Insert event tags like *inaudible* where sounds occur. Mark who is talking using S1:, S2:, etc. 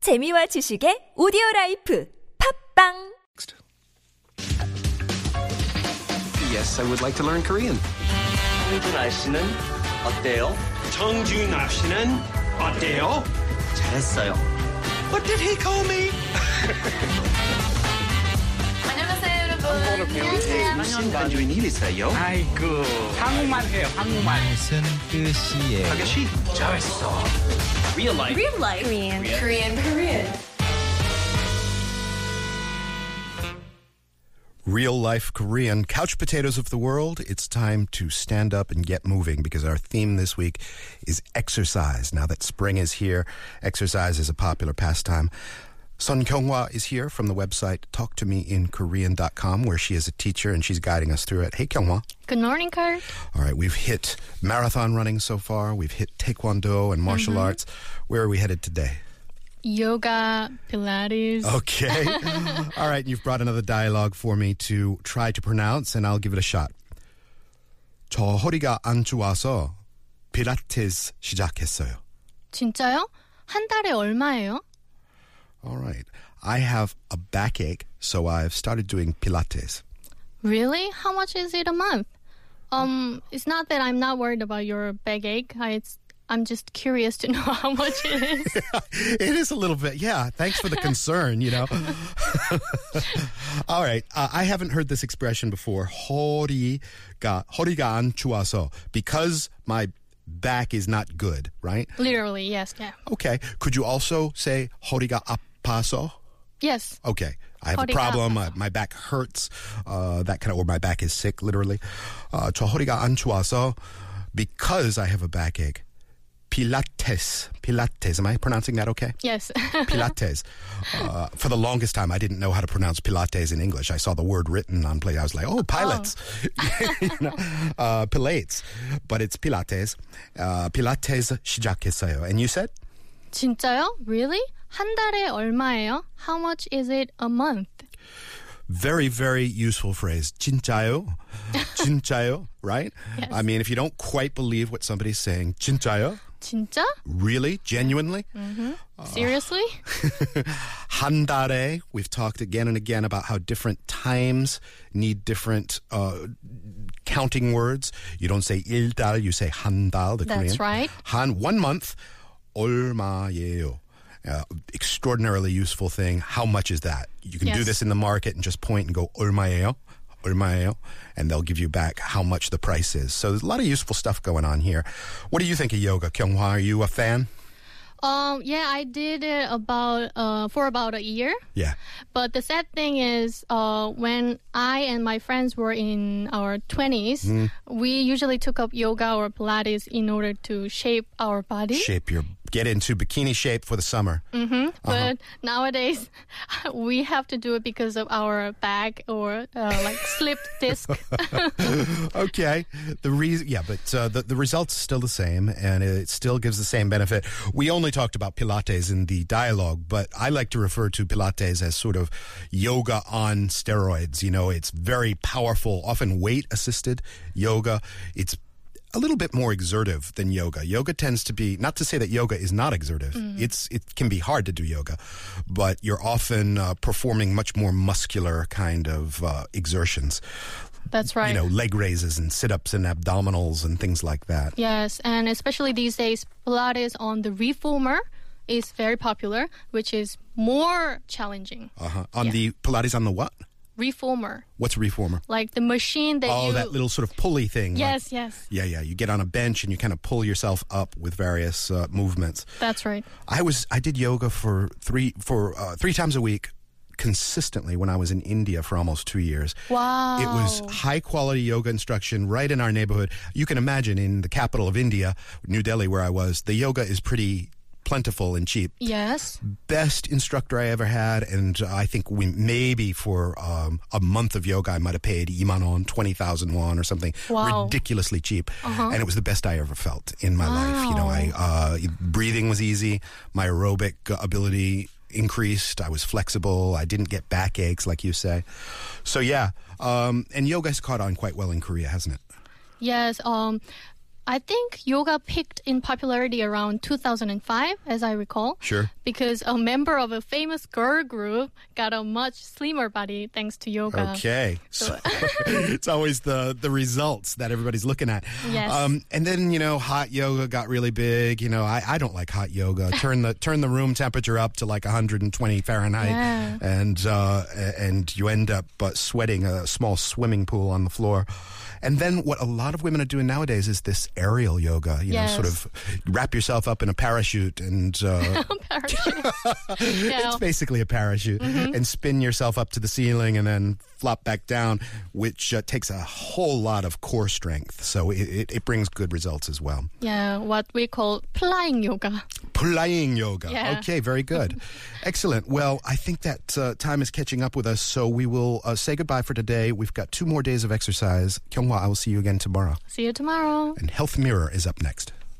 S1: 재미와 지식의 오디오 라이프 팝빵
S2: Yes, I would like to learn Korean.
S3: 홍준아 씨는 어때요?
S4: 정준아 씨는 어때요?
S3: 잘했어요.
S4: What did he call me?
S5: 안녕하세요 여러분.
S3: 신간주인 힐이세요?
S6: 무슨 뜻이에요?
S3: 아가씨, 잘했어. Real life.
S5: Real life Korean. Korean. Korean.
S7: real life Korean couch potatoes of the world, it's time to stand up and get moving because our theme this week is exercise. Now that spring is here, exercise is a popular pastime. Sun Kyunghwa is here from the website talktomeinkorean.com where she is a teacher and she's guiding us through it. Hey Kyunghwa.
S8: Good morning, Carl.
S7: All right, we've hit marathon running so far. We've hit taekwondo and
S8: Mm-hmm.
S7: martial arts. Where are we headed today?
S8: Yoga, Pilates.
S7: Okay. All right, you've brought another dialogue for me to try to pronounce, and I'll give it a shot. 저 허리가 안 좋아서 필라테스 시작했어요.
S8: 진짜요? 한 달에 얼마예요?
S7: All right. I have a backache, so I've started doing pilates. *laughs*
S8: Really? How much is it a month? Um, it's not that I'm not worried about your backache. I, it's, I'm just curious to know *laughs* how much it is.
S7: It is a little bit. Yeah, thanks for the concern, you know. *laughs* All right. Uh, I haven't heard this expression before. 허리가 허리가 안 좋아서 because my back is not good, right?
S8: Literally, yes, yeah.
S7: Okay. Could you also say 허리가 아파서?
S8: Yes.
S7: Okay. I have a
S8: 허리가
S7: problem. My, my back hurts. Uh, that kind of, or my back is sick, literally. Uh, 저 허리가 안 좋아서 because I have a backache. Pilates. Pilates. Am I pronouncing that okay?
S8: Yes. *laughs*
S7: Pilates. Uh, for the longest time, I didn't know how to pronounce Pilates in English. I saw the word written on play. I was like, oh, pilots. *laughs* you know, uh, Pilates. But it's Pilates. Uh, Pilates 시작했어요. And you said?
S8: 진짜요? Really? 한 달에 얼마예요? How much is it a month?
S7: very very useful phrase 진짜요 진짜요 right i mean if you don't quite believe what somebody's saying 진짜요
S8: 진짜?
S7: really genuinely
S8: Seriously?
S7: *laughs* 한 달에 we've talked again and again about how different times need different uh, counting words you don't say 일달 you say 한달 the korean
S8: That's right.
S7: 한 one month 얼마예요 uh, extraordinarily useful thing. How much is that? You can do
S8: Yes.
S7: this in the market and just point and go 얼마예요? 얼마예요? And they'll give you back how much the price is. So there's a lot of useful stuff going on here. What do you think of yoga, Kyunghwa? Are you a fan?
S8: Um, yeah, I did it about uh, for about a year.
S7: Yeah.
S8: But the sad thing is, uh, when I and my friends were in our 20s,
S7: Mm-hmm.
S8: we usually took up yoga or Pilates in order to shape our body.
S7: Shape uh-huh. your get into bikini shape for the summer.
S8: But nowadays, *laughs* we have to do it because of our back or uh, like slipped
S7: *laughs*
S8: disc.
S7: Okay. The reason, yeah, but uh, the the results still the same, and it still gives the same benefit. We only talked about Pilates in the dialogue, but I like to refer to Pilates as sort of yoga on steroids. You know, it's very powerful, often weight assisted yoga. It's a little bit more exertive than yoga. Yoga tends to be not to say that yoga is not exertive. It's it can be hard to do yoga, but you're often uh, performing much more muscular kind of uh, exertions
S8: That's
S7: you
S8: right.
S7: know, leg raises and sit ups and abdominals and things like that.
S8: Yes, and especially these days, Pilates on the reformer is very popular, which is more challenging.
S7: Uh-huh. On the Pilates on the what?
S8: Reformer,
S7: What's a reformer?
S8: like the machine that
S7: Oh,
S8: you.
S7: that little sort of pulley thing. like-
S8: yes, yes,
S7: yeah, yeah. You get on a bench and you kind of pull yourself up with various uh, movements.
S8: that's right.
S7: I was I did yoga for three for uh, three times a week consistently when I was in India for almost two years.
S8: Wow.
S7: It was high quality yoga instruction right in our neighborhood. You can imagine in the capital of India, New Delhi, where I was, the yoga is pretty plentiful and cheap.
S8: Yes.
S7: best instructor I ever had, and I think we maybe for um, a month of yoga I might have paid imanon twenty thousand won or something
S8: Wow.
S7: ridiculously cheap, and it was the best I ever felt in my life. You know, I uh, breathing was easy, my aerobic ability increased, I was flexible, I didn't get backaches like you say, so yeah, um, and yoga's caught on quite well in Korea, hasn't it?
S8: Yes. Um, I think yoga peaked in popularity around 2005, as I recall.
S7: Sure.
S8: Because a member of a famous girl group got a much slimmer body thanks to yoga.
S7: Okay. So *laughs* it's always the the results that everybody's looking at. Um,
S8: Yes.
S7: and then you know, hot yoga got really big. You know, I, I don't like hot
S8: *laughs*
S7: yoga. Turn the turn the room temperature up to like 120 Fahrenheit,
S8: Yeah.
S7: and uh, a- and you end up uh, sweating a small swimming pool on the floor. And then what a lot of women are doing nowadays is this aerial yoga. You
S8: Yes.
S7: know, sort of wrap yourself up in a parachute and. Uh,
S8: Parachute. yeah.
S7: it's basically a parachute and spin yourself up to the ceiling and then flop back down which uh, takes a whole lot of core strength so it, it, it brings good results as well
S8: yeah, what we call flying yoga.
S7: playing yoga
S8: Yeah.
S7: okay very good excellent well i think that uh, time is catching up with us so we will uh, say goodbye for today we've got two more days of exercise kyunghwa i will see you again tomorrow
S8: See you tomorrow.
S7: and health mirror is up next